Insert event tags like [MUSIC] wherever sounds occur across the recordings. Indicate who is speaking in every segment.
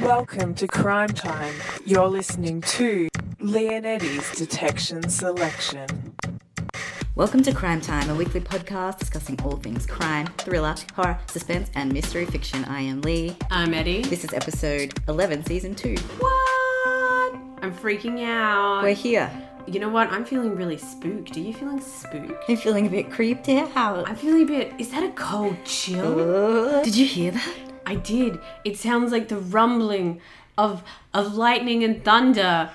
Speaker 1: Welcome to Crime Time. You're listening to Leonetti's Detection Selection.
Speaker 2: Welcome to Crime Time, a weekly podcast discussing all things crime, thriller, horror, suspense, and mystery fiction. I am Lee.
Speaker 3: I'm Eddie.
Speaker 2: This is episode 11, season 2.
Speaker 3: What? I'm freaking out.
Speaker 2: We're here.
Speaker 3: You know what? I'm feeling really spooked. Are you feeling spooked?
Speaker 2: I'm feeling a bit creeped out.
Speaker 3: I'm feeling a bit. Is that a cold chill?
Speaker 2: Uh, Did you hear that?
Speaker 3: I did. It sounds like the rumbling of of lightning and thunder.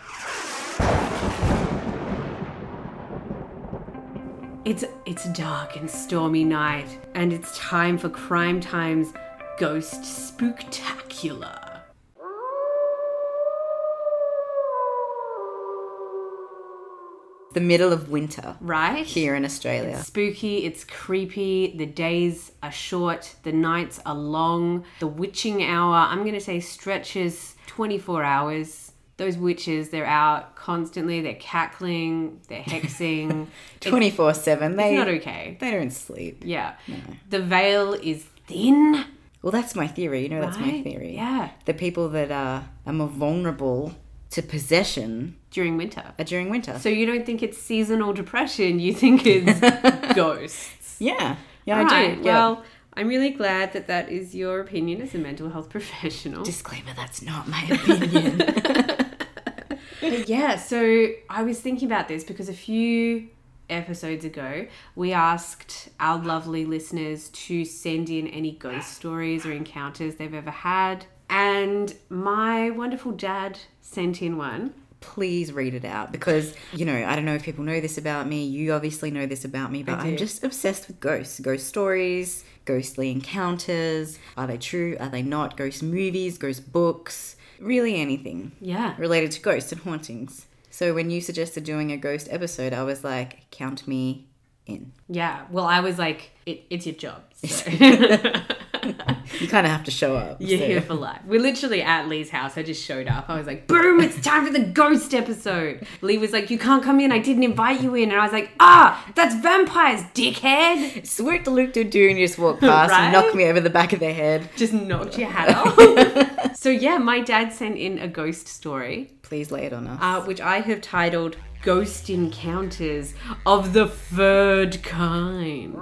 Speaker 3: It's it's a dark and stormy night, and it's time for Crime Time's Ghost Spooktacular.
Speaker 2: The middle of winter
Speaker 3: Right?
Speaker 2: here in Australia.
Speaker 3: spooky, it's creepy, the days are short, the nights are long, the witching hour, I'm going to say stretches 24 hours. Those witches, they're out constantly, they're cackling,
Speaker 2: [LAUGHS]
Speaker 3: they're hexing. it's
Speaker 2: 24 7. They,
Speaker 3: not okay.
Speaker 2: they don't sleep.
Speaker 3: Yeah. The veil is thin.
Speaker 2: Well, that's my theory. You know, that's my
Speaker 3: Right?
Speaker 2: theory.
Speaker 3: Yeah.
Speaker 2: The people that are, are more vulnerable to possession
Speaker 3: During winter.
Speaker 2: are during winter.
Speaker 3: So you don't think it's seasonal depression, you think
Speaker 2: [LAUGHS]
Speaker 3: it's ghosts.
Speaker 2: yeah. Yeah, I
Speaker 3: Right,
Speaker 2: do. Yeah.
Speaker 3: Well, I'm really glad that that is your opinion as a mental health [LAUGHS] professional.
Speaker 2: disclaimer that's not my [LAUGHS] opinion.
Speaker 3: But yeah, so I was thinking about this because a few episodes ago, we asked our lovely listeners to send in any ghost stories or encounters they've ever had. And my wonderful dad sent in one.
Speaker 2: please read it out because you know i don't know if people know this about me you obviously know this about me but i'm just obsessed with ghosts ghost stories ghostly encounters are they true are they not ghost movies ghost books really anything
Speaker 3: Yeah.
Speaker 2: related to ghosts and hauntings so when you suggested doing a ghost episode i was like count me in
Speaker 3: Yeah. Well, I was like, it, it's your job. So.
Speaker 2: you kind of have to show up
Speaker 3: You're
Speaker 2: so-
Speaker 3: here for life. We're literally at Lee's house. I just showed up. I was like, boom, it's time for the ghost episode. Lee was like, you can't come in. I didn't invite you in. And I was like, ah, that's vampires, dickhead.
Speaker 2: swoop the loop to do and you just walk past and
Speaker 3: Right?
Speaker 2: knock me over the back of the head
Speaker 3: just knocked your hat off. so yeah, my dad sent in a ghost story,
Speaker 2: please lay it on us
Speaker 3: uh, which I have titled "Ghost Encounters of the Third Kind."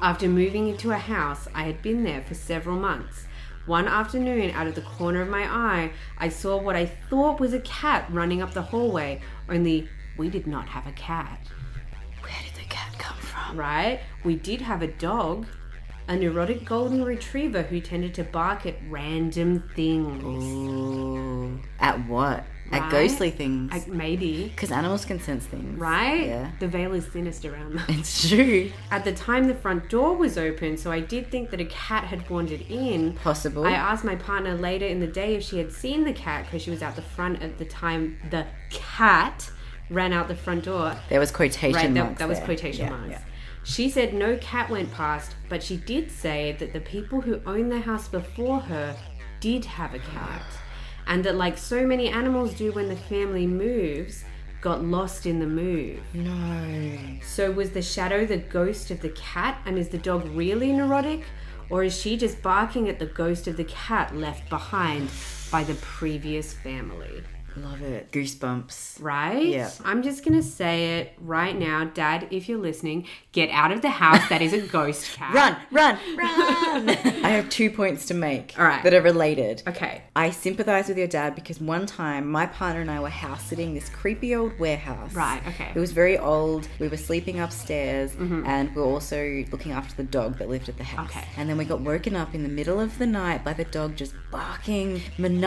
Speaker 3: After moving into a house, I had been there for several months. One afternoon, out of the corner of my eye, I saw what I thought was a cat running up the hallway, only we did not have a cat
Speaker 2: where did the cat come from
Speaker 3: right? We did have a dog, a neurotic golden retriever who tended to bark at random things.
Speaker 2: Ooh. Mm. At what? At
Speaker 3: Right?
Speaker 2: ghostly things.
Speaker 3: Like maybe,
Speaker 2: Because animals can sense things.
Speaker 3: right?
Speaker 2: Yeah. [LAUGHS]
Speaker 3: The veil is thinnest around them.
Speaker 2: It's true.
Speaker 3: [LAUGHS] At the time, the front door was open, so I did think that a cat had wandered in.
Speaker 2: Possible.
Speaker 3: I asked my partner later in the day if she had seen the cat because she was out the front at the time the cat ran out the front door
Speaker 2: there was quotation
Speaker 3: Right, that,
Speaker 2: marks.
Speaker 3: that was
Speaker 2: there.
Speaker 3: quotation
Speaker 2: Yeah,
Speaker 3: marks.
Speaker 2: yeah.
Speaker 3: She said no cat went past, but she did say that the people who owned the house before her did have a cat. And that, like so many animals do when the family moves, got lost in the move.
Speaker 2: No.
Speaker 3: So, was the shadow the ghost of the cat? And is the dog really neurotic? Or is she just barking at the ghost of the cat left behind by the previous family?
Speaker 2: Love it. Goosebumps.
Speaker 3: Right?
Speaker 2: Yeah.
Speaker 3: I'm just going to say it right now. Dad, if you're listening, get out of the house. That is a
Speaker 2: [LAUGHS]
Speaker 3: ghost cat.
Speaker 2: Run, run,
Speaker 3: [LAUGHS]
Speaker 2: run. [LAUGHS] I have two points to make
Speaker 3: All right.
Speaker 2: that are related.
Speaker 3: Okay.
Speaker 2: I sympathize with your dad because one time my partner and I were house sitting this creepy old warehouse.
Speaker 3: Right, okay. Mm-hmm.
Speaker 2: It was very old. We were sleeping upstairs and we were also looking after the dog that lived at the house.
Speaker 3: Okay.
Speaker 2: And then we got woken up in the middle of the night by the dog just barking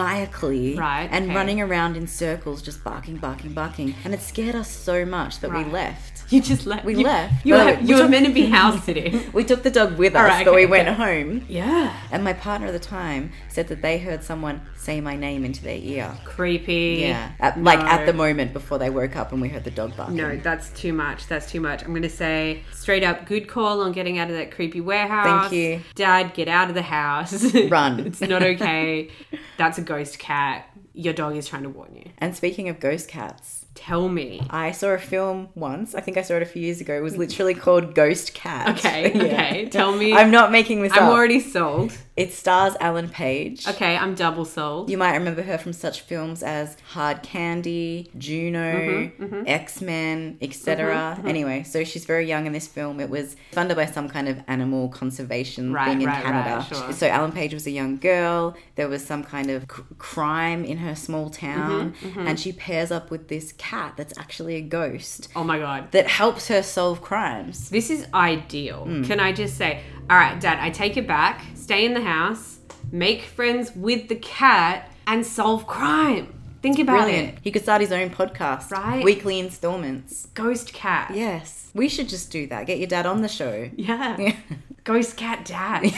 Speaker 2: maniacally.
Speaker 3: Right,
Speaker 2: And
Speaker 3: okay.
Speaker 2: running around in circles, just barking, barking, barking. And it scared us so much that we
Speaker 3: Right.
Speaker 2: left.
Speaker 3: You just left.
Speaker 2: We
Speaker 3: you,
Speaker 2: left.
Speaker 3: You,
Speaker 2: Well,
Speaker 3: were-
Speaker 2: we
Speaker 3: you were
Speaker 2: took-
Speaker 3: meant
Speaker 2: [LAUGHS]
Speaker 3: to be house sitting.
Speaker 2: We took the dog with us,
Speaker 3: right,
Speaker 2: but
Speaker 3: okay,
Speaker 2: we went
Speaker 3: okay.
Speaker 2: home.
Speaker 3: yeah.
Speaker 2: And my partner at the time said that they heard someone say my name into their ear.
Speaker 3: Creepy.
Speaker 2: Yeah, at, like
Speaker 3: No.
Speaker 2: at the moment before they woke up and we heard the dog barking.
Speaker 3: No, that's too much. That's too much. I'm going to say straight up good call on getting out of that creepy warehouse.
Speaker 2: Thank you.
Speaker 3: Dad, get out of the house. [LAUGHS]
Speaker 2: Run.
Speaker 3: it's not okay. that's a ghost cat. Your dog is trying to warn you.
Speaker 2: And speaking of ghost cats,
Speaker 3: Tell me.
Speaker 2: I saw a film once. I think I saw it a few years ago. It was literally called Ghost Cat.
Speaker 3: Okay,
Speaker 2: [LAUGHS] Yeah.
Speaker 3: okay. Tell me.
Speaker 2: I'm not making this
Speaker 3: I'm
Speaker 2: up.
Speaker 3: already sold.
Speaker 2: It stars Alan Page.
Speaker 3: Okay, I'm double sold.
Speaker 2: You might remember her from such films as Hard Candy, Juno,
Speaker 3: Mm-hmm,
Speaker 2: X Men, etc. Anyway, so she's very young in this film. It was funded by some kind of animal conservation
Speaker 3: Right,
Speaker 2: thing in
Speaker 3: right,
Speaker 2: Canada.
Speaker 3: right, sure.
Speaker 2: So Alan Page was a young girl. There was some kind of c- crime in her small
Speaker 3: Mm-hmm,
Speaker 2: town, and she pairs up with this cat that's actually a ghost
Speaker 3: Oh my god.
Speaker 2: that helps her solve crimes.
Speaker 3: This is ideal.
Speaker 2: Hmm.
Speaker 3: Can I just say, all right, Dad, I take it back. Stay in the house, make friends with the cat, and solve crime. Think about
Speaker 2: Brilliant.
Speaker 3: it.
Speaker 2: He could start his own podcast.
Speaker 3: Right.
Speaker 2: Weekly installments.
Speaker 3: Ghost cat.
Speaker 2: Yes. We should just do that. Get your dad on the show.
Speaker 3: Yeah.
Speaker 2: [LAUGHS] Yeah.
Speaker 3: Ghost cat dad.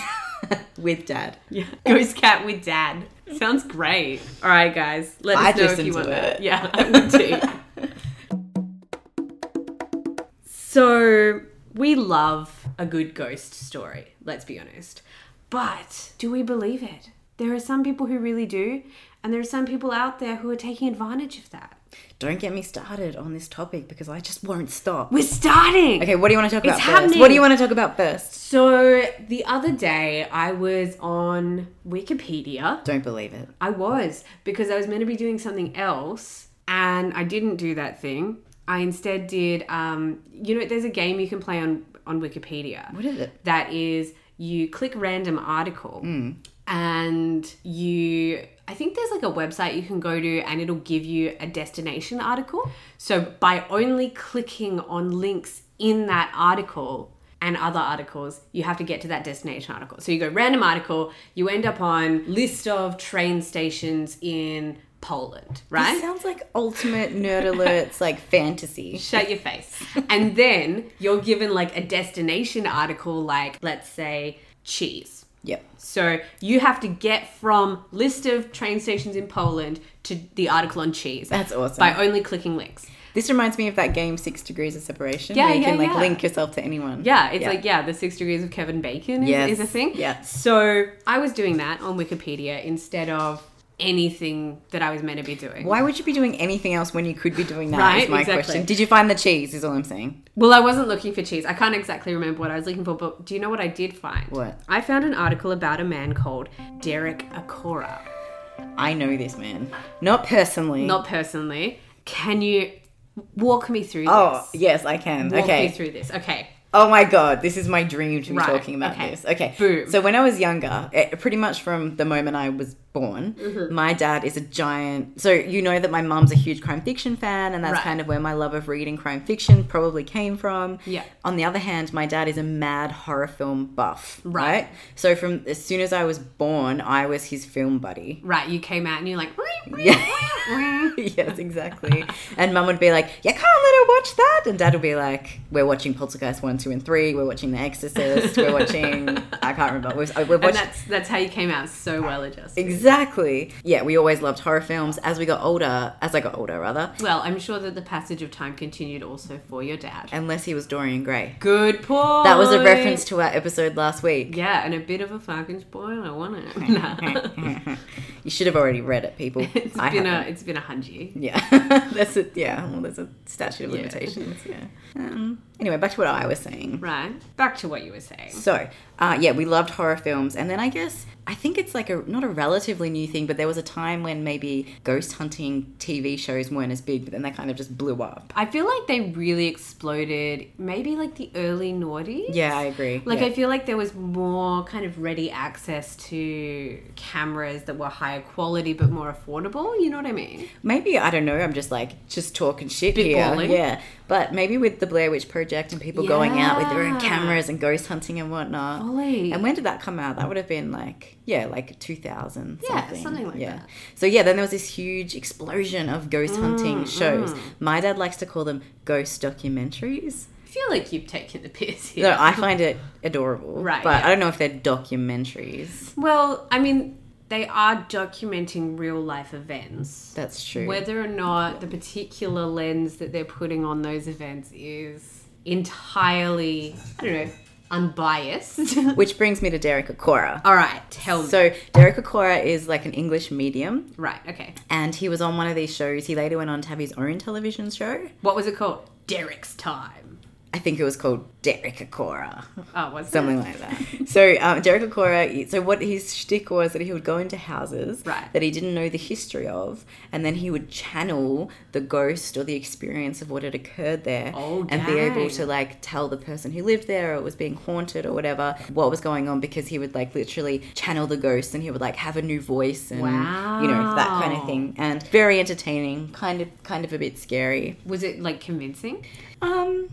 Speaker 2: [LAUGHS] With dad.
Speaker 3: [LAUGHS] yeah. Ghost cat with dad. Sounds great. All right, guys. Let us
Speaker 2: I'd
Speaker 3: know if
Speaker 2: listen
Speaker 3: you
Speaker 2: to
Speaker 3: want
Speaker 2: it.
Speaker 3: that. Yeah, I would too.
Speaker 2: [LAUGHS]
Speaker 3: So we love a good ghost story, let's be honest. But do we believe it? There are some people who really do, and there are some people out there who are taking advantage of that.
Speaker 2: Don't get me started on this topic because I just won't stop.
Speaker 3: We're starting.
Speaker 2: Okay, what do you want to talk
Speaker 3: It's
Speaker 2: about first?
Speaker 3: happening.
Speaker 2: What do you want to talk about first?
Speaker 3: So the other day I was on Wikipedia.
Speaker 2: Don't believe it.
Speaker 3: I was because I was meant to be doing something else and I didn't do that thing. I instead did um you know there's a game you can play on on Wikipedia.
Speaker 2: What is it?
Speaker 3: that is you click random article and you I think there's like a website you can go to and it'll give you a destination article. So by only clicking on links in that article and other articles, you have to get to that destination article. So you go random article, you end up on list of train stations in Poland, right?
Speaker 2: This sounds like ultimate nerd alerts, like fantasy.
Speaker 3: [LAUGHS] Shut your face. and then you're given like a destination article, like let's say cheese.
Speaker 2: Yep.
Speaker 3: So you have to get from list of train stations in Poland to the article on cheese.
Speaker 2: That's awesome.
Speaker 3: By only clicking links.
Speaker 2: This reminds me of that game Six Degrees of Separation.
Speaker 3: Yeah,
Speaker 2: where you
Speaker 3: yeah,
Speaker 2: can like
Speaker 3: yeah.
Speaker 2: link yourself to anyone.
Speaker 3: Yeah, it's like yeah, the six degrees of Kevin Bacon is,
Speaker 2: Yes.
Speaker 3: is a thing.
Speaker 2: Yeah.
Speaker 3: So I was doing that on Wikipedia instead of anything that I was meant to be doing.
Speaker 2: Why would you be doing anything else when you could be doing that?
Speaker 3: Right,
Speaker 2: is my
Speaker 3: exactly.
Speaker 2: question. Did you find the cheese? Is all I'm saying.
Speaker 3: Well, I wasn't looking for cheese. I can't exactly remember what I was looking for, but do you know what I did find?
Speaker 2: What?
Speaker 3: I found an article about a man called Derek Acora.
Speaker 2: I know this man, not personally.
Speaker 3: Not personally. Can you walk me through
Speaker 2: Oh
Speaker 3: this?
Speaker 2: yes, I can.
Speaker 3: Walk
Speaker 2: okay.
Speaker 3: me through this. Okay.
Speaker 2: Oh my god, this is my dream to be
Speaker 3: Right,
Speaker 2: talking about
Speaker 3: okay.
Speaker 2: this. Okay.
Speaker 3: Boom.
Speaker 2: So when I was younger, eh, pretty much from the moment I was born,
Speaker 3: Mm-hmm.
Speaker 2: my dad is a giant. So you know that my mum's a huge crime fiction fan, and that's
Speaker 3: Right.
Speaker 2: kind of where my love of reading crime fiction probably came from.
Speaker 3: Yeah.
Speaker 2: On the other hand, my dad is a mad horror film buff.
Speaker 3: Right.
Speaker 2: right? So from as soon as I was born, I was his film buddy.
Speaker 3: Right, you came out and you're like, "Wee, wee,
Speaker 2: Yeah.
Speaker 3: wee."
Speaker 2: [LAUGHS] yes, exactly. And mum would be like, You can't let her watch that. And dad would be like, We're watching Poltergeist 1, 2, and 3. We're watching The Exorcist. We're watching,
Speaker 3: [LAUGHS]
Speaker 2: I can't remember. uh, We're, we're
Speaker 3: and
Speaker 2: watching.
Speaker 3: that's that's how you came out so well adjusted.
Speaker 2: Exactly. Yeah, we always loved horror films. As we got older, as I got older, rather,
Speaker 3: Well, I'm sure that the passage of time continued also for your dad.
Speaker 2: unless he was Dorian Gray.
Speaker 3: Good point.
Speaker 2: That was a reference to our episode last week.
Speaker 3: Yeah, and a bit of a fucking spoiler, wasn't [LAUGHS] it? Nah.
Speaker 2: You should have already read it, people.
Speaker 3: [LAUGHS] it's
Speaker 2: I
Speaker 3: been
Speaker 2: haven't.
Speaker 3: a it's been a hundred.
Speaker 2: Yeah, [LAUGHS] that's a yeah. Well, there's a statute of
Speaker 3: Yeah.
Speaker 2: limitations. Yeah. Um, anyway, back to what I was saying.
Speaker 3: Right. Back to what you were saying.
Speaker 2: So, uh, yeah, we loved horror films. And then I guess, I think it's like a, not a relatively new thing, but there was a time when maybe ghost hunting TV shows weren't as big, but then they kind of just blew up.
Speaker 3: I feel like they really exploded maybe like the early noughties.
Speaker 2: Yeah, I agree.
Speaker 3: Like
Speaker 2: yeah.
Speaker 3: I feel like there was more kind of ready access to cameras that were higher quality but more affordable, you know what I mean?
Speaker 2: maybe, I don't know, I'm just like, just talking shit here.
Speaker 3: Spitballing.
Speaker 2: Yeah. But maybe with the Blair Witch Project and people going out with their own
Speaker 3: Yeah.
Speaker 2: cameras and ghost hunting and whatnot.
Speaker 3: Fully.
Speaker 2: And when did that come out? That would have been like, yeah, like 2000.
Speaker 3: Yeah, something like that.
Speaker 2: So, yeah, then there was this huge explosion of ghost hunting
Speaker 3: Mm,
Speaker 2: shows. My dad likes to call them ghost documentaries.
Speaker 3: I feel like you've taken the piss here.
Speaker 2: No,
Speaker 3: [LAUGHS]
Speaker 2: I find it adorable.
Speaker 3: Right,
Speaker 2: But
Speaker 3: yeah.
Speaker 2: I don't know if they're documentaries.
Speaker 3: well, I mean, they are documenting real life events.
Speaker 2: That's true.
Speaker 3: Whether or not the particular lens that they're putting on those events is entirely, I don't know,
Speaker 2: [LAUGHS]
Speaker 3: unbiased.
Speaker 2: Which brings me to Derek Okora.
Speaker 3: All right, tell me.
Speaker 2: So Derek Okora is like an English medium,
Speaker 3: Right, okay.
Speaker 2: and he was on one of these shows. He later went on to have his own television show.
Speaker 3: What was it called? Derek's time.
Speaker 2: I think it was called Derek Okora.
Speaker 3: Oh, was
Speaker 2: something
Speaker 3: it?
Speaker 2: like that. [LAUGHS] So um, Derek Okora, so what his shtick was that he would go into houses
Speaker 3: Right.
Speaker 2: that he didn't know the history of, and then he would channel the ghost or the experience of what had occurred there,
Speaker 3: Oh,
Speaker 2: and be able
Speaker 3: dang.
Speaker 2: to like tell the person who lived there or was being haunted or whatever what was going on because he would like literally channel the ghost and he would like have a new voice and you know that kind of
Speaker 3: Wow.
Speaker 2: thing and very entertaining, kind of kind of a bit scary.
Speaker 3: Was it like convincing?
Speaker 2: Um,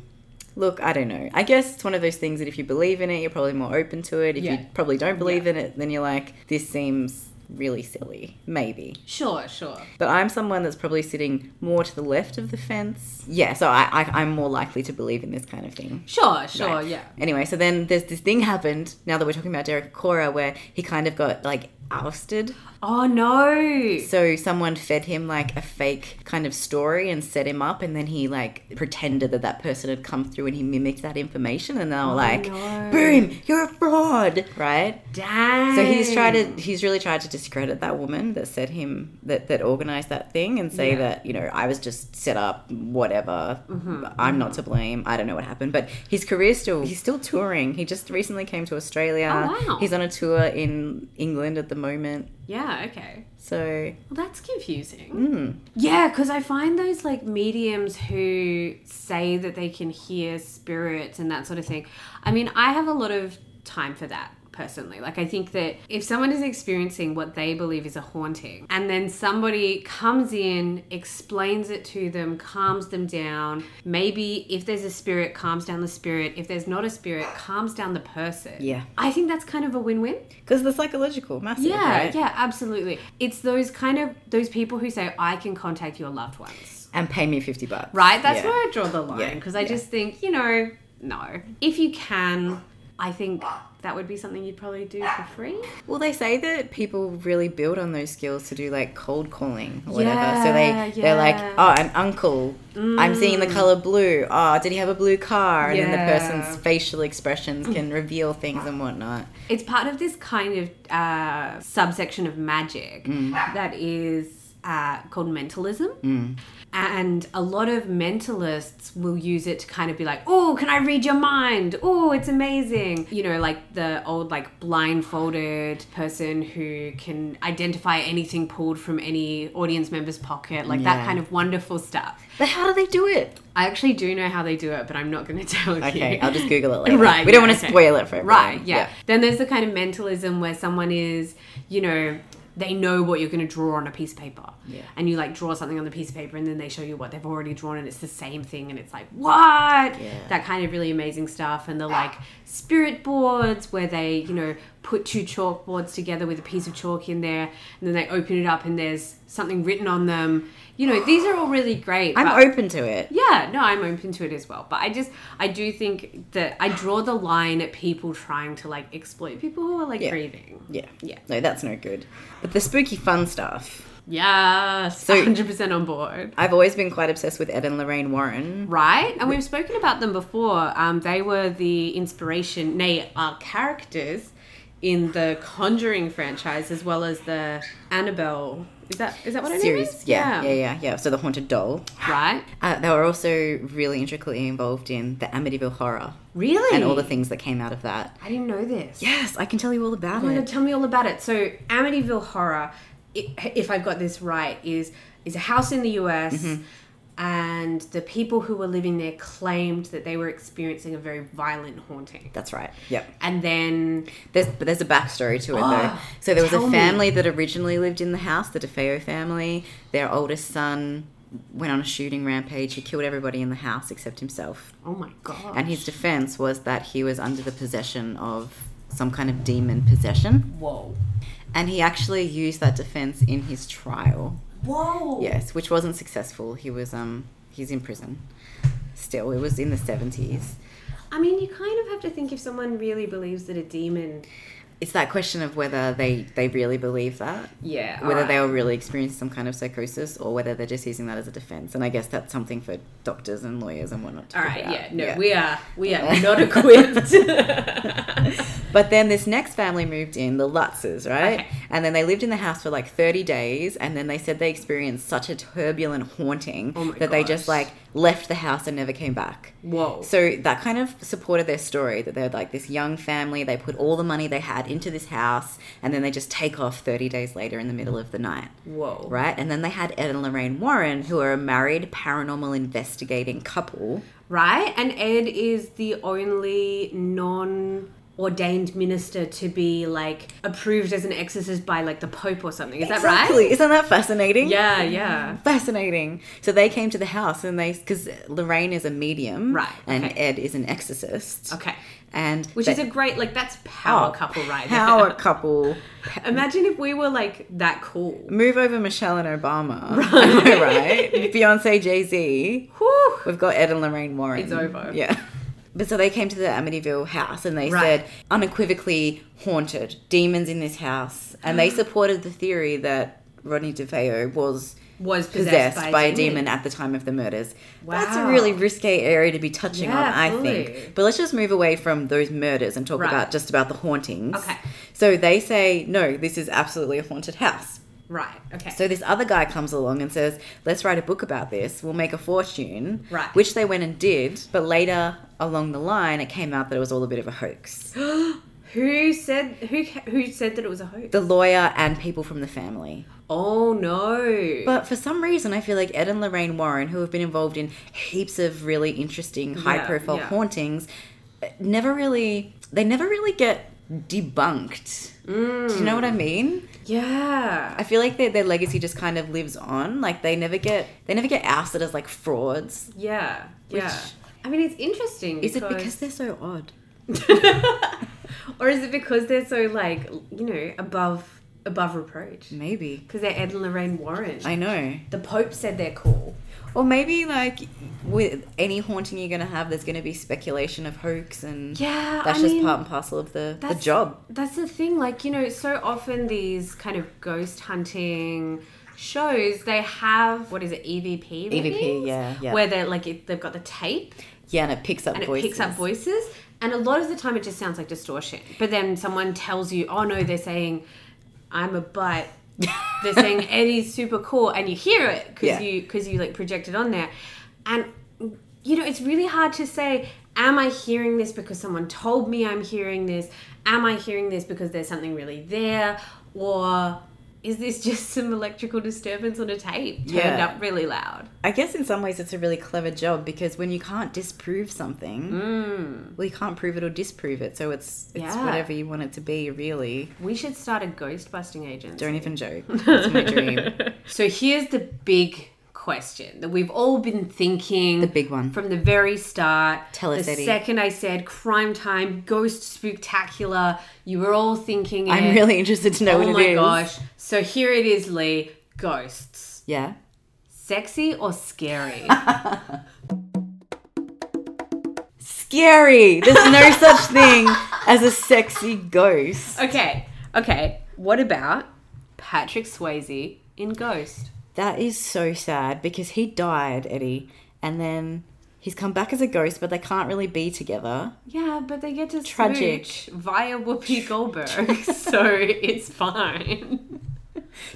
Speaker 2: look, I don't know. I guess it's one of those things that if you believe in it, you're probably more open to it. If
Speaker 3: Yeah.
Speaker 2: you probably don't believe in it, then you're like, this seems really silly. Maybe.
Speaker 3: Sure, sure.
Speaker 2: But I'm someone that's probably sitting more to the left of the fence. Yeah, so I, I, I'm more likely to believe in this kind of thing.
Speaker 3: Sure, sure,
Speaker 2: Right.
Speaker 3: Oh, yeah.
Speaker 2: Anyway, so then there's this thing happened, now that we're talking about Derek Cora, where he kind of got like ousted.
Speaker 3: Oh no.
Speaker 2: So someone fed him like a fake kind of story and set him up, and then he like pretended that that person had come through and he mimicked that information, and they were like,
Speaker 3: Oh, no.
Speaker 2: "Boom, you're a fraud!" Right?
Speaker 3: Dang.
Speaker 2: So he's tried to he's really tried to discredit that woman that set him that that organized that thing and say
Speaker 3: Yeah.
Speaker 2: that you know I was just set up, whatever.
Speaker 3: Mm-hmm,
Speaker 2: I'm not to blame. I don't know what happened, but his career still he's still touring. He just recently came to Australia.
Speaker 3: Oh, wow.
Speaker 2: He's on a tour in England at the moment.
Speaker 3: Yeah, okay.
Speaker 2: So
Speaker 3: Well, that's confusing. Yeah, because I find those like mediums who say that they can hear spirits and that sort of thing. I mean, I have a lot of time for that personally. Like, I think that if someone is experiencing what they believe is a haunting and then somebody comes in, explains it to them, calms them down, maybe if there's a spirit, calms down the spirit. If there's not a spirit, calms down the person.
Speaker 2: Yeah.
Speaker 3: I think that's kind of a win win.
Speaker 2: Because the psychological, massive,
Speaker 3: Yeah,
Speaker 2: right?
Speaker 3: yeah, absolutely. It's those kind of those people who say I can contact your loved ones.
Speaker 2: And pay me 50 bucks.
Speaker 3: Right? That's
Speaker 2: Yeah.
Speaker 3: where I draw the line
Speaker 2: Yeah,
Speaker 3: because I
Speaker 2: yeah.
Speaker 3: just think, you know, no. If you can, I think that would be something you'd probably do for free.
Speaker 2: Well, they say that people really build on those skills to do like cold calling or whatever.
Speaker 3: Yeah,
Speaker 2: so they, they're like,
Speaker 3: yeah. Mm.
Speaker 2: oh, an uncle. I'm seeing the color blue. Oh, did he have a blue car? And then the
Speaker 3: Yeah.
Speaker 2: person's facial expressions
Speaker 3: [LAUGHS]
Speaker 2: can reveal things and whatnot.
Speaker 3: It's part of this kind of uh, subsection of magic
Speaker 2: Mm.
Speaker 3: that is uh, called mentalism.
Speaker 2: Mm.
Speaker 3: And a lot of mentalists will use it to kind of be like, oh, can I read your mind? Oh, it's amazing. You know, like the old, like, blindfolded person who can identify anything pulled from any audience member's pocket, like
Speaker 2: Yeah.
Speaker 3: that kind of wonderful stuff.
Speaker 2: But how do they do it?
Speaker 3: I actually do know how they do it, but I'm not going to [LAUGHS] tell you.
Speaker 2: Okay, I'll just
Speaker 3: [LAUGHS]
Speaker 2: Google it later.
Speaker 3: Right,
Speaker 2: We don't
Speaker 3: yeah,
Speaker 2: want to
Speaker 3: okay.
Speaker 2: spoil it for everyone.
Speaker 3: Right, yeah. Then there's the kind of mentalism where someone is, you know, they know what you're going to draw on a piece of paper.
Speaker 2: Yeah.
Speaker 3: And you like draw something on the piece of paper and then they show you what they've already drawn and it's the same thing and it's like, what?
Speaker 2: Yeah.
Speaker 3: That kind of really amazing stuff. And the like spirit boards where they, you know, put two chalkboards together with a piece of chalk in there and then they open it up and there's something written on them. You know, these are all really great.
Speaker 2: I'm
Speaker 3: but-
Speaker 2: open to it.
Speaker 3: yeah, no, I'm open to it as well. But I just, I do think that I draw the line at people trying to like exploit people who are like
Speaker 2: Yeah.
Speaker 3: grieving.
Speaker 2: Yeah.
Speaker 3: Yeah.
Speaker 2: No, that's no good. But the spooky fun stuff.
Speaker 3: Yes,
Speaker 2: So-
Speaker 3: 100% on board.
Speaker 2: I've always been quite obsessed with Ed and Lorraine Warren.
Speaker 3: Right? And we've spoken about them before. Um, they were the inspiration, nay, are characters in the Conjuring franchise as well as the Annabelle. Is that is that what her name
Speaker 2: series.
Speaker 3: is?
Speaker 2: Yeah, yeah, yeah, yeah, So the Haunted Doll.
Speaker 3: Right?
Speaker 2: Uh, they were also really intricately involved in the Amityville horror
Speaker 3: Really?
Speaker 2: and all the things that came out of that.
Speaker 3: I didn't know this.
Speaker 2: Yes, I can tell you all about
Speaker 3: Oh my
Speaker 2: it.
Speaker 3: god, tell me all about it. So Amityville Horror, i if I've got this right, is is a house in the US,
Speaker 2: Mm-hmm.
Speaker 3: and the people who were living there claimed that they were experiencing a very violent haunting.
Speaker 2: That's right. Yep.
Speaker 3: And then,
Speaker 2: There's, but there's a backstory to it though.
Speaker 3: Oh,
Speaker 2: So there was a
Speaker 3: tell me.
Speaker 2: family that originally lived in the house, the DeFeo family. Their oldest son went on a shooting rampage. He killed everybody in the house except himself.
Speaker 3: oh my god,
Speaker 2: And his defense was that he was under the possession of some kind of demon possession.
Speaker 3: whoa,
Speaker 2: And he actually used that defense in his trial.
Speaker 3: whoa,
Speaker 2: Yes, which wasn't successful. He was um he's in prison. Still, it was in the seventies.
Speaker 3: I mean, you kind of have to think if someone really believes that a demon
Speaker 2: it's that question of whether they they really believe that
Speaker 3: Yeah.
Speaker 2: whether
Speaker 3: alright.
Speaker 2: they were really experiencing some kind of psychosis or whether they're just using that as a defense. And I guess that's something for doctors and lawyers and whatnot. To
Speaker 3: All right,
Speaker 2: figure
Speaker 3: yeah,
Speaker 2: out.
Speaker 3: no, we are
Speaker 2: [LAUGHS]
Speaker 3: we are not equipped. [LAUGHS]
Speaker 2: But then this next family moved in, the Lutzes, right?
Speaker 3: Okay.
Speaker 2: And then they lived in the house for like 30 days. And then they said they experienced such a turbulent haunting
Speaker 3: Oh my
Speaker 2: that they just
Speaker 3: gosh.
Speaker 2: like left the house and never came back.
Speaker 3: Whoa.
Speaker 2: So that kind of supported their story that they're like this young family, they put all the money they had into this house, and then they just take off 30 days later in the middle of the night.
Speaker 3: Whoa.
Speaker 2: right? And then they had Ed and Lorraine Warren, who are a married paranormal investigating couple.
Speaker 3: Right? And Ed is the only non ordained minister to be like approved as an exorcist by like the Pope or something. Is that right?
Speaker 2: Exactly. Isn't that fascinating?
Speaker 3: Yeah, yeah.
Speaker 2: Fascinating. So they came to the house and they, because Lorraine is a medium,
Speaker 3: Right,
Speaker 2: And
Speaker 3: okay.
Speaker 2: Ed is an exorcist,
Speaker 3: Okay.
Speaker 2: And
Speaker 3: Which
Speaker 2: they-
Speaker 3: is a great like that's
Speaker 2: [LAUGHS]
Speaker 3: power
Speaker 2: Oh,
Speaker 3: couple right
Speaker 2: power
Speaker 3: [LAUGHS] there.
Speaker 2: couple.
Speaker 3: Imagine if we were like that cool.
Speaker 2: Move over Michelle and
Speaker 3: [LAUGHS]
Speaker 2: Obama, right? right? Beyonce, Jay Z.
Speaker 3: Whew.
Speaker 2: We've got Ed and Lorraine Warren.
Speaker 3: It's over.
Speaker 2: Yeah. But so they came to the Amityville house and they
Speaker 3: Right.
Speaker 2: said unequivocally haunted, demons in this house. And
Speaker 3: [GASPS]
Speaker 2: they supported the theory that Rodney DeFeo was
Speaker 3: Was possessed,
Speaker 2: possessed by, a demon at the time of the murders. That's a
Speaker 3: Wow.
Speaker 2: really risque area to be touching
Speaker 3: Yeah,
Speaker 2: on, I
Speaker 3: fully.
Speaker 2: think. But let's just move away from those murders and talk
Speaker 3: Right.
Speaker 2: about just about the hauntings.
Speaker 3: Okay.
Speaker 2: So they say, no, this is absolutely a haunted house.
Speaker 3: Right. Okay.
Speaker 2: So this other guy comes along and says, "Let's write a book about this. We'll make a fortune."
Speaker 3: Right.
Speaker 2: Which they went and did, but later along the line, it came out that it was all a bit of a hoax. [GASPS]
Speaker 3: who said who ca- who said that it was a hoax?
Speaker 2: The lawyer and people from the family.
Speaker 3: oh no.
Speaker 2: But for some reason, I feel like Ed and Lorraine Warren, who have been involved in heaps of really interesting, high-profile
Speaker 3: yeah.
Speaker 2: hauntings, never really they never really get debunked. Do you know
Speaker 3: Mm.
Speaker 2: what I mean?
Speaker 3: yeah.
Speaker 2: I feel like their, their legacy just kind of lives on. Like they never get they never get ousted as like frauds.
Speaker 3: Yeah.
Speaker 2: Which-
Speaker 3: Yeah. I mean, it's interesting.
Speaker 2: Is it because they're so odd?
Speaker 3: [LAUGHS] or is it because they're so like you know above above reproach?
Speaker 2: Maybe.
Speaker 3: Because they're Ed and Lorraine Warren.
Speaker 2: Mm. I know.
Speaker 3: the Pope said they're cool.
Speaker 2: Or maybe like with any haunting you're gonna have, there's gonna be speculation of hoax and
Speaker 3: Yeah,
Speaker 2: that's
Speaker 3: I
Speaker 2: just
Speaker 3: mean,
Speaker 2: part and parcel of the, the
Speaker 3: that's-
Speaker 2: job.
Speaker 3: That's the thing. Like you know, so often these kind of ghost hunting shows they have what is it E EVP?
Speaker 2: EVP,
Speaker 3: readings?
Speaker 2: E yeah, yeah.
Speaker 3: Where they're like it, they've got the tape
Speaker 2: Yeah, and it picks up
Speaker 3: and
Speaker 2: voices.
Speaker 3: it
Speaker 2: [LAUGHS]
Speaker 3: picks up voices. And a lot of the time, it just sounds like distortion. But then someone tells you, "Oh no, they're saying I'm a butt." they're
Speaker 2: [LAUGHS]
Speaker 3: saying Eddie's super cool, and you hear it because
Speaker 2: Yeah.
Speaker 3: you because you like project it on there, and you know it's really hard to say. Am I hearing this because someone told me I'm hearing this? Am I hearing this because there's something really there, or is this [LAUGHS] just some electrical disturbance on a tape turned
Speaker 2: Yeah.
Speaker 3: up really loud?
Speaker 2: I guess in some ways it's a really clever job because when you can't disprove something, well, you can't prove it or disprove it. So it's it's
Speaker 3: Mm. Yeah.
Speaker 2: whatever you want it to be, really.
Speaker 3: We should start a ghost busting agency.
Speaker 2: Don't even
Speaker 3: [LAUGHS]
Speaker 2: joke. It's my dream.
Speaker 3: So here's the big question that we've all been thinking.
Speaker 2: The big one.
Speaker 3: From the very start.
Speaker 2: Tell us,
Speaker 3: The
Speaker 2: Eddie.
Speaker 3: second I said crime time, ghost spooktacular, you were all thinking.
Speaker 2: I'm
Speaker 3: it.
Speaker 2: really interested to know
Speaker 3: Oh
Speaker 2: what
Speaker 3: my
Speaker 2: it is.
Speaker 3: gosh. So here it is, Lee. Ghosts.
Speaker 2: Yeah.
Speaker 3: Sexy or scary?
Speaker 2: [LAUGHS] Scary. There's no such thing as a sexy ghost.
Speaker 3: okay. Okay. What about Patrick Swayze in Ghost?
Speaker 2: That is so sad because he died, Eddie, and then he's come back as a ghost, but they can't really be together.
Speaker 3: Yeah, but they get to
Speaker 2: Tragic.
Speaker 3: smooch via Whoopi
Speaker 2: [LAUGHS]
Speaker 3: Goldberg, so it's fine.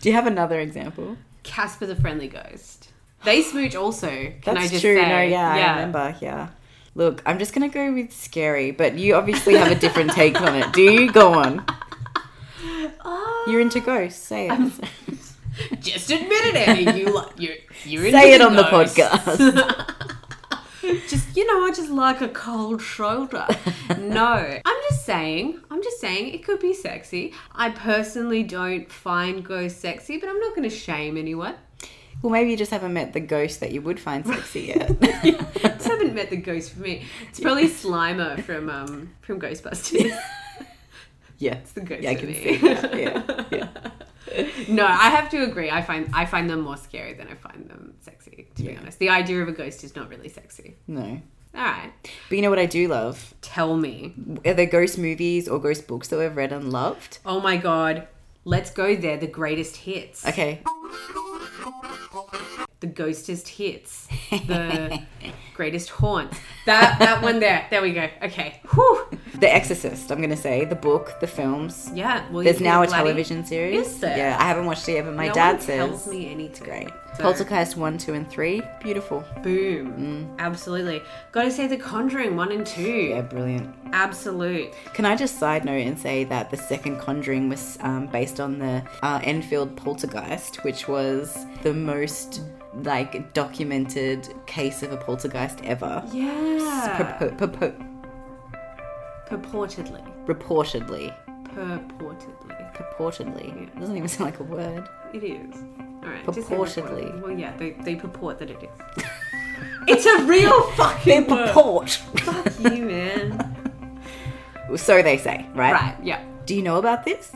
Speaker 2: Do you have another example?
Speaker 3: Casper the Friendly Ghost. They smooch also. Can
Speaker 2: That's
Speaker 3: I just
Speaker 2: true.
Speaker 3: Say?
Speaker 2: No, yeah, I remember. Yeah. Look, I'm just gonna go with scary, but you obviously have a different take on it. Do you? Go on.
Speaker 3: Oh,
Speaker 2: You're into ghosts. Say it.
Speaker 3: just admit it, Eddie. You like you you're into
Speaker 2: Say it on the
Speaker 3: ghosts.
Speaker 2: podcast.
Speaker 3: [LAUGHS] Just you know, I just like a cold shoulder. no, I'm just saying. I'm just saying it could be sexy. I personally don't find ghosts sexy, but I'm not going to shame anyone.
Speaker 2: well, maybe you just haven't met the ghost that you would find sexy yet.
Speaker 3: [LAUGHS] just haven't met the ghost for me. It's probably Slimer from um from Ghostbusters.
Speaker 2: yeah.
Speaker 3: It's the ghost
Speaker 2: Yeah, I
Speaker 3: in
Speaker 2: can
Speaker 3: me.
Speaker 2: see that. Yeah,
Speaker 3: [LAUGHS]
Speaker 2: yeah.
Speaker 3: No, I have to agree. I find I find them more scary than I find them sexy. To be honest, the idea of a ghost is not really sexy.
Speaker 2: No.
Speaker 3: All right.
Speaker 2: But you know what I do love?
Speaker 3: Tell me.
Speaker 2: Are there ghost movies or ghost books that we've read and loved?
Speaker 3: Oh my god. Let's go there. The greatest hits.
Speaker 2: Okay.
Speaker 3: The ghostest hits. [LAUGHS] The greatest haunts. That that one there. There we go. Okay. Whew.
Speaker 2: [LAUGHS] The Exorcist, I'm going to say. The book, the films.
Speaker 3: Yeah. Well, you
Speaker 2: There's
Speaker 3: can
Speaker 2: now a
Speaker 3: bloody-
Speaker 2: television series.
Speaker 3: Is there?
Speaker 2: Yeah, I haven't watched it yet, but my
Speaker 3: no
Speaker 2: dad
Speaker 3: one
Speaker 2: says.
Speaker 3: tells me anything.
Speaker 2: Great.
Speaker 3: So-
Speaker 2: Poltergeist 1, 2, and 3. Beautiful.
Speaker 3: Boom. Absolutely. Gotta say The Conjuring 1 and 2.
Speaker 2: Mm. Yeah, brilliant.
Speaker 3: Absolute.
Speaker 2: Can I just side note and say that the second Conjuring was um, based on the uh, Enfield poltergeist, which was the most like documented case of a poltergeist ever.
Speaker 3: Yeah.
Speaker 2: Purpo- purpo-
Speaker 3: Purportedly.
Speaker 2: reportedly.
Speaker 3: Purportedly.
Speaker 2: Purportedly. It doesn't even sound like a
Speaker 3: [LAUGHS]
Speaker 2: word.
Speaker 3: It is. All right. just say
Speaker 2: Purportedly.
Speaker 3: reported. Well, yeah, they, they purport that it is. [LAUGHS] it's a real fucking word.
Speaker 2: Purport.
Speaker 3: Fuck you, man.
Speaker 2: so they say, right?
Speaker 3: Right. Yeah.
Speaker 2: Do you know about this?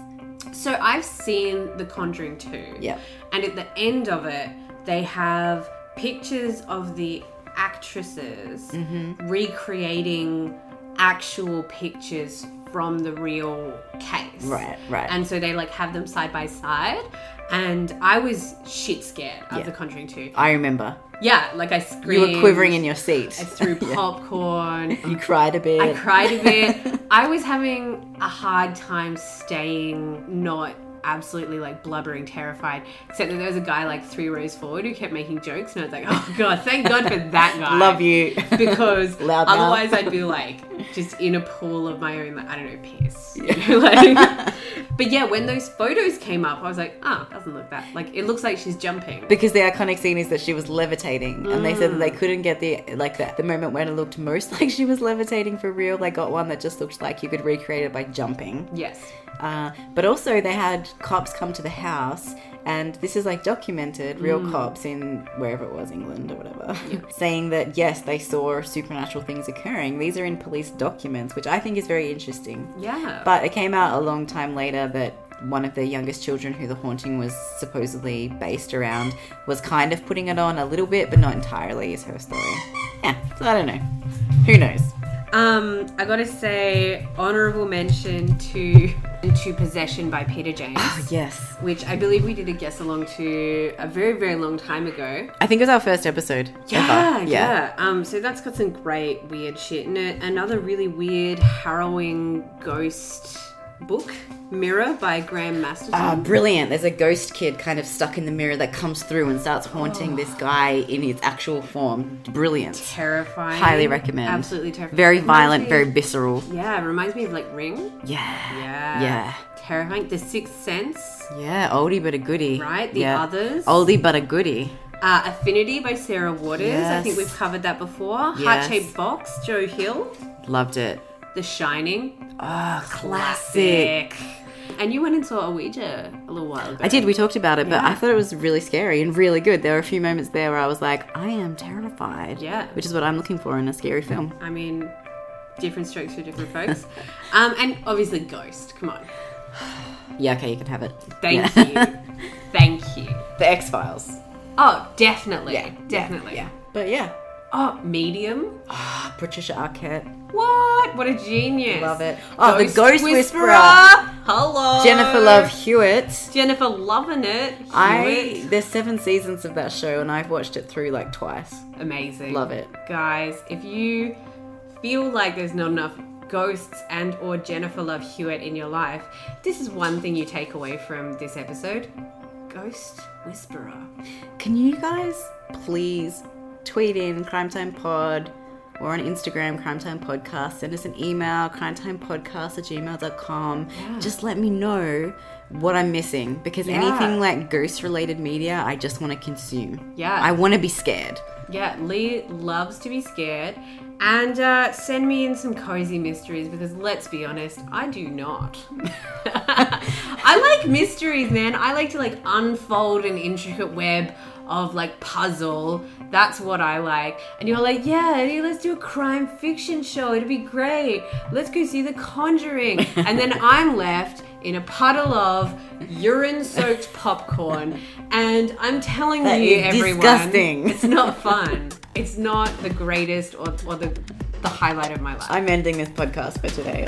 Speaker 3: So I've seen The Conjuring 2.
Speaker 2: Yeah.
Speaker 3: And at the end of it, they have pictures of the actresses
Speaker 2: Mm-hmm.
Speaker 3: recreating actual pictures from the real case.
Speaker 2: Right, right.
Speaker 3: And so they like have them side by side. And I was shit scared of
Speaker 2: Yeah.
Speaker 3: The Conjuring 2.
Speaker 2: I remember.
Speaker 3: Yeah, like I
Speaker 2: You
Speaker 3: screamed.
Speaker 2: were quivering in your seat.
Speaker 3: I
Speaker 2: [LAUGHS]
Speaker 3: threw popcorn.
Speaker 2: you cried a bit.
Speaker 3: I cried a bit. I was having a hard time staying not absolutely like blubbering terrified. Except that there was a guy like three rows forward who kept making jokes, and I was like, oh god, thank god for that
Speaker 2: [LAUGHS]
Speaker 3: guy.
Speaker 2: Love you.
Speaker 3: Because
Speaker 2: [LAUGHS] Loud mouth.
Speaker 3: otherwise, I'd be like just in a pool of my own, like, I don't know, piss. You
Speaker 2: [LAUGHS]
Speaker 3: know, like, but yeah, when those photos came up, I was like, ah, doesn't look that. Like, it looks like she's jumping.
Speaker 2: because the iconic scene is that she was levitating and they said that they couldn't get the like the, the moment when it looked most [LAUGHS] like she was levitating for real they got one that just looked like you could recreate it by jumping
Speaker 3: yes.
Speaker 2: uh, but also they had cops come to the house and this is like documented real cops in wherever it was england or whatever [LAUGHS] saying that yes they saw supernatural things occurring these are in police documents which i think is very interesting
Speaker 3: Yeah.
Speaker 2: but it came out a long time later that one of the youngest children who the haunting was supposedly based around was kind of putting it on a little bit, but not entirely, is her story. Yeah, so I don't know. Who knows?
Speaker 3: Um, I gotta say, honorable mention to to Possession by Peter James,
Speaker 2: Oh, Yes.
Speaker 3: which I believe we did a guess along to a very, very long time ago.
Speaker 2: I think it was our first episode.
Speaker 3: Yeah,
Speaker 2: ever.
Speaker 3: yeah. Um, so that's got some great weird shit in it. Another really weird, harrowing ghost book, Mirror by Graham Masterton.
Speaker 2: Ah, brilliant. There's a ghost kid kind of stuck in the mirror that comes through and starts haunting this guy in his actual form. Brilliant.
Speaker 3: terrifying.
Speaker 2: Highly recommend.
Speaker 3: Absolutely terrifying.
Speaker 2: Very
Speaker 3: Reminds
Speaker 2: violent,
Speaker 3: me-
Speaker 2: very visceral.
Speaker 3: Yeah, it reminds me of like Ring.
Speaker 2: Yeah.
Speaker 3: Yeah.
Speaker 2: Yeah.
Speaker 3: Terrifying. The Sixth Sense,
Speaker 2: Yeah, oldie but a goodie.
Speaker 3: right? The
Speaker 2: yeah.
Speaker 3: others.
Speaker 2: Oldie but a goodie.
Speaker 3: Uh, Affinity by Sarah Waters. I
Speaker 2: Yes.
Speaker 3: think we've covered that before.
Speaker 2: Yes.
Speaker 3: Heart Shaped Box, Joe Hill.
Speaker 2: Loved it.
Speaker 3: The Shining.
Speaker 2: Ah,
Speaker 3: And you went and saw a Ouija a little while ago.
Speaker 2: I did. We talked about it, but
Speaker 3: Yeah.
Speaker 2: I thought it was really scary and really good. There were a few moments there where I was like, I am terrified.
Speaker 3: Yeah.
Speaker 2: Which is what I'm looking for in a scary film.
Speaker 3: I mean, different strokes for different folks. [LAUGHS] um, and obviously, Ghost. Come on.
Speaker 2: Yeah, okay, you can have it.
Speaker 3: Thank
Speaker 2: Yeah.
Speaker 3: you. Thank you.
Speaker 2: [LAUGHS] the X Files.
Speaker 3: Oh, definitely.
Speaker 2: Yeah,
Speaker 3: Definitely.
Speaker 2: Yeah. But yeah.
Speaker 3: Oh, Medium.
Speaker 2: Ah, Patricia Arquette.
Speaker 3: What? What a genius.
Speaker 2: Love it. Oh, the Ghost Whisperer.
Speaker 3: Hello.
Speaker 2: Jennifer Love Hewitt.
Speaker 3: Jennifer loving it.
Speaker 2: I
Speaker 3: Hewitt.
Speaker 2: there's seven seasons of that show and I've watched it through like twice.
Speaker 3: amazing.
Speaker 2: Love it.
Speaker 3: Guys, if you feel like there's not enough ghosts and or Jennifer Love Hewitt in your life, this is one thing you take away from this episode. Ghost Whisperer.
Speaker 2: Can you guys please tweet in Crime Time Pod or on Instagram, Crime Time Podcast? Send us an email, crimetimepodcast at gmail.com. Just let me know what I'm missing because
Speaker 3: Yeah.
Speaker 2: anything like ghost related media, I just want to consume.
Speaker 3: Yeah.
Speaker 2: I want to be scared.
Speaker 3: Yeah, Lee loves to be scared. And uh, send me in some cozy mysteries because let's be honest, I do not. [LAUGHS] I like mysteries, man. I like to like unfold an intricate web of like puzzle. That's what I like. And you're like, yeah, Eddie, let's do a crime fiction show. It'd be great. Let's go see The Conjuring.
Speaker 2: [LAUGHS]
Speaker 3: and then I'm left in a puddle of urine-soaked popcorn, and I'm telling
Speaker 2: That
Speaker 3: you,
Speaker 2: is
Speaker 3: everyone,
Speaker 2: disgusting. [LAUGHS]
Speaker 3: it's not fun. it's not the greatest or, or the, the highlight of my life.
Speaker 2: I'm ending this podcast for [LAUGHS] today.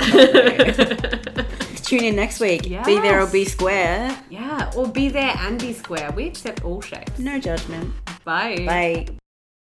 Speaker 2: [LAUGHS] Tune in next week. Be there or
Speaker 3: Yes.
Speaker 2: be square.
Speaker 3: yeah, or be there and be square. We accept all shapes.
Speaker 2: No judgment.
Speaker 3: Bye.
Speaker 2: Bye.